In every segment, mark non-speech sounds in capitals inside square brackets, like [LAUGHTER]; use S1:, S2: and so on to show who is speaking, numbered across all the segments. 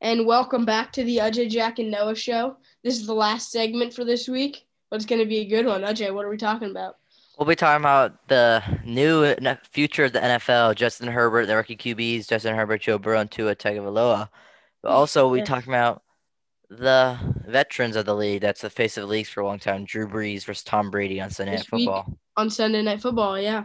S1: and welcome back to the Ajay, Jack, and Noah show. This is the last segment for this week, but it's going to be a good one. Ajay, what are we talking about?
S2: We'll be talking about the new n- future of the NFL, Justin Herbert, the rookie QBs, Justin Herbert, Joe Burrow, and Tua Tagovailoa. But also, we
S1: Yeah.
S2: talking about the veterans of the league. That's the face of the leagues for a long time. Drew Brees versus Tom Brady on Sunday Night
S1: This week,
S2: Football.
S1: On Sunday Night Football, yeah.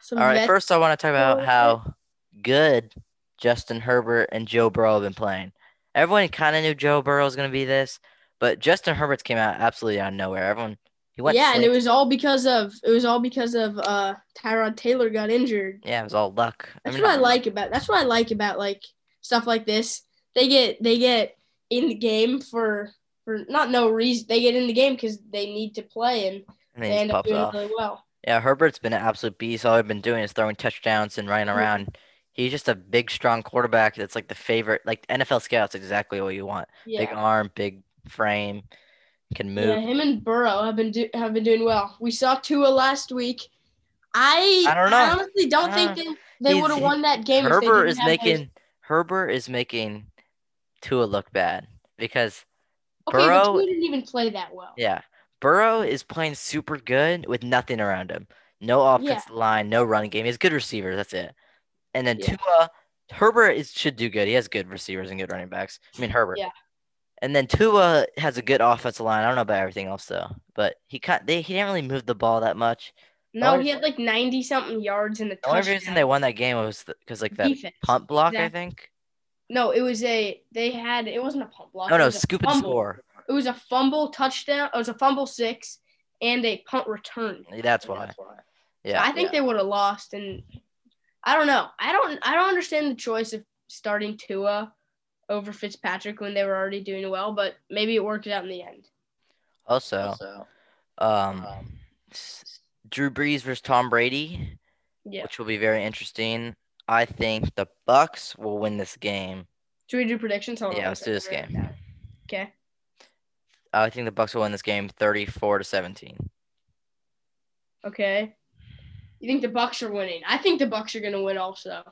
S1: Some
S2: All right,
S1: vet-
S2: first I want to talk about
S1: Well,
S2: how good Justin Herbert and Joe Burrow have been playing. Everyone kind of knew Joe Burrow was going to be this, but Justin Herbert's came out absolutely out of nowhere. Everyone, he went.
S1: yeah, and it
S2: slant-
S1: was all because of it was all because of uh Tyrod Taylor got injured.
S2: yeah, it was all luck.
S1: That's
S2: mean,
S1: what I
S2: not
S1: like about that's what I like about like stuff like this. They get they get in the game for for not no reason. They get in the game because they need to play and
S2: And
S1: they
S2: then he just
S1: end up
S2: pops
S1: doing
S2: off.
S1: really well.
S2: Yeah, Herbert's been an absolute beast. All I've been doing is throwing touchdowns and running
S1: Yeah.
S2: around. He's just a big, strong quarterback. That's like the favorite. Like NFL scouts, exactly what you want.
S1: Yeah.
S2: Big arm, big frame, can move.
S1: Yeah, him and Burrow have been do- have been doing well. We saw Tua last week. I
S2: I don't know.
S1: honestly don't
S2: I
S1: think they, they
S2: He's-
S1: would have won that game. if they
S2: Herbert
S1: didn't
S2: is
S1: have those-
S2: making Herbert is making Tua look bad because
S1: okay, but
S2: Burrow-
S1: Tua didn't even play that well.
S2: yeah, Burrow is playing super good with nothing around him. No offensive line, no running game. He has good receivers, that's it. And then
S1: Yeah.
S2: Tua Herbert is, should do good. He has good receivers and good running backs. I mean Herbert.
S1: Yeah.
S2: And then Tua has a good offensive line. I don't know about everything else though, but he cut they he didn't really move the ball that much.
S1: No,
S2: only-
S1: he had like ninety something yards in a
S2: The only
S1: touchdown.
S2: reason they won that game was because like that
S1: Defense.
S2: punt block,
S1: Exactly.
S2: I think.
S1: No, it was a they had it wasn't a pump block. it
S2: No, Oh, no,
S1: was a
S2: scoop and
S1: fumble.
S2: score.
S1: It was a fumble touchdown. It was a fumble six and a punt return.
S2: That's why. Yeah.
S1: I think they would have lost, and I don't know. I don't. I don't understand the choice of starting Tua over Fitzpatrick when they were already doing well, but maybe it worked out in the end.
S2: Also, um, s- Drew Brees versus Tom Brady,
S1: Yeah.
S2: which will be very interesting. I think the Bucks will win this game.
S1: Should we do predictions? Hold on
S2: Yeah,
S1: one
S2: let's do this
S1: second.
S2: game.
S1: Okay.
S2: I think the Bucks will win this game, thirty-four to seventeen.
S1: Okay. You think the Bucks are winning? I think the Bucks are going to win also.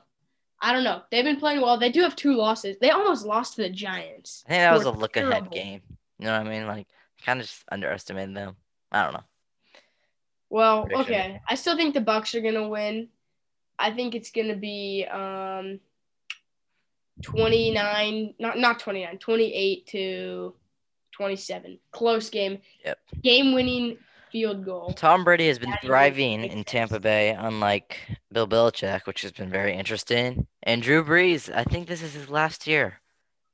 S1: I don't know. They've been playing well. They do have two losses. They almost lost to the Giants.
S2: I think that
S1: who
S2: was
S1: are
S2: a look-ahead
S1: terrible.
S2: game. You know what I mean? Like, kind of just underestimated them. I don't know.
S1: Well,
S2: Prediction.
S1: okay. I still think the Bucks are gonna win. I think it's gonna be um 29 not not 29 28 to 27 close game
S2: Yep.
S1: game winning field goal
S2: Tom Brady has been
S1: That is
S2: thriving
S1: makes
S2: in
S1: sense.
S2: Tampa Bay, unlike Bill Belichick, which has been very interesting. And Drew Brees, I think this is his last year.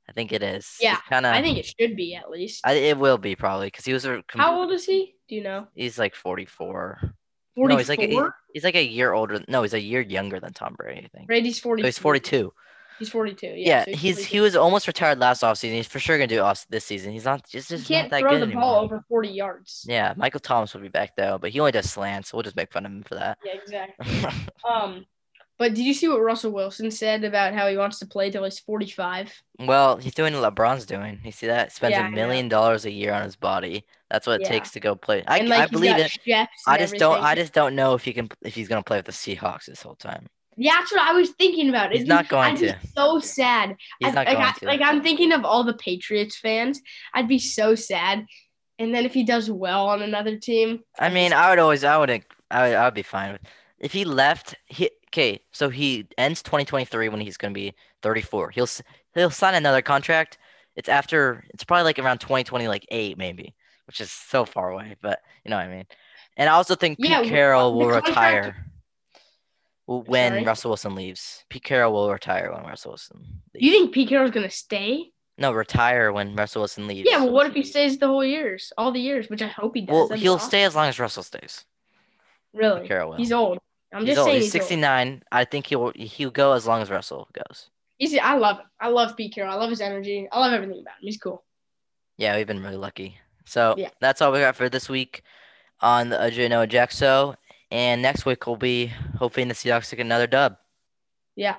S2: I think it is. He's
S1: Yeah,
S2: kinda,
S1: i think it should be at least
S2: I, it will be probably because he was a com-
S1: how old is he do you know
S2: he's like 44.
S1: 44
S2: No, he's like a, he's like a year older. No, he's a year younger than Tom Brady. I think.
S1: brady's 40
S2: So he's 42.
S1: he's 42 yeah,
S2: Yeah,
S1: so
S2: he's
S1: 42.
S2: he was almost retired last offseason. He's for sure gonna do off this season. He's not just
S1: He
S2: just
S1: can't
S2: not that
S1: throw
S2: good
S1: the
S2: anymore.
S1: ball over 40 yards
S2: Yeah, Michael Thomas will be back though, but he only does slants. So we'll just make fun of him for that. [LAUGHS]
S1: yeah exactly Um, but did you see what Russell Wilson said about how he wants to play till he's 45?
S2: well, he's doing what LeBron's doing. You see that? Spends
S1: Yeah, I
S2: a
S1: know.
S2: million dollars a year on his body. That's what it
S1: Yeah.
S2: takes to go play. I,
S1: and like
S2: I
S1: he's
S2: believe
S1: got
S2: it.
S1: chefs and
S2: I just don't.
S1: everything.
S2: I just don't know if he can. If he's gonna play with the Seahawks this whole time.
S1: yeah, that's what I was thinking about.
S2: He's
S1: It's
S2: not going
S1: I'd
S2: to.
S1: be so sad.
S2: He's
S1: I'd-
S2: not
S1: like,
S2: going
S1: I,
S2: to.
S1: Like I'm thinking of all the Patriots fans. I'd be so sad. And then if he does well on another team,
S2: I
S1: I'd be
S2: mean,
S1: so-
S2: I would always, I would, I would, I would be fine with. If he left, he okay. So he ends 2023 when he's gonna be 34. He'll s- he'll sign another contract. It's after. It's probably like around 2020, like eight maybe, which is so far away. But you know what I mean. And I also think Pete
S1: Yeah, w-
S2: Carroll
S1: the
S2: will
S1: contract-
S2: retire w- when
S1: Sorry?
S2: Russell Wilson leaves. Pete Carroll will retire when Russell Wilson.
S1: you
S2: Leaves.
S1: think Pete Carroll's gonna stay?
S2: No, retire when Russell Wilson leaves.
S1: Yeah, well, what if he stays the whole years, all the years, which I hope he does.
S2: Well,
S1: That'd be
S2: he'll
S1: awesome.
S2: stay as long as Russell stays. Pete
S1: Really,
S2: Carroll will.
S1: he's old. I'm
S2: he's
S1: just
S2: old.
S1: saying
S2: he's,
S1: he's old.
S2: 69. I think he'll he'll go as long as Russell goes.
S1: He's I love him. I love Pete Carroll. I love his energy. I love everything about him. He's cool.
S2: Yeah, we've been really lucky. So
S1: Yeah.
S2: that's all we got for this week on the Ajay Noah Jack Show. And next week we'll be hoping the Seahawks get another dub.
S1: Yeah.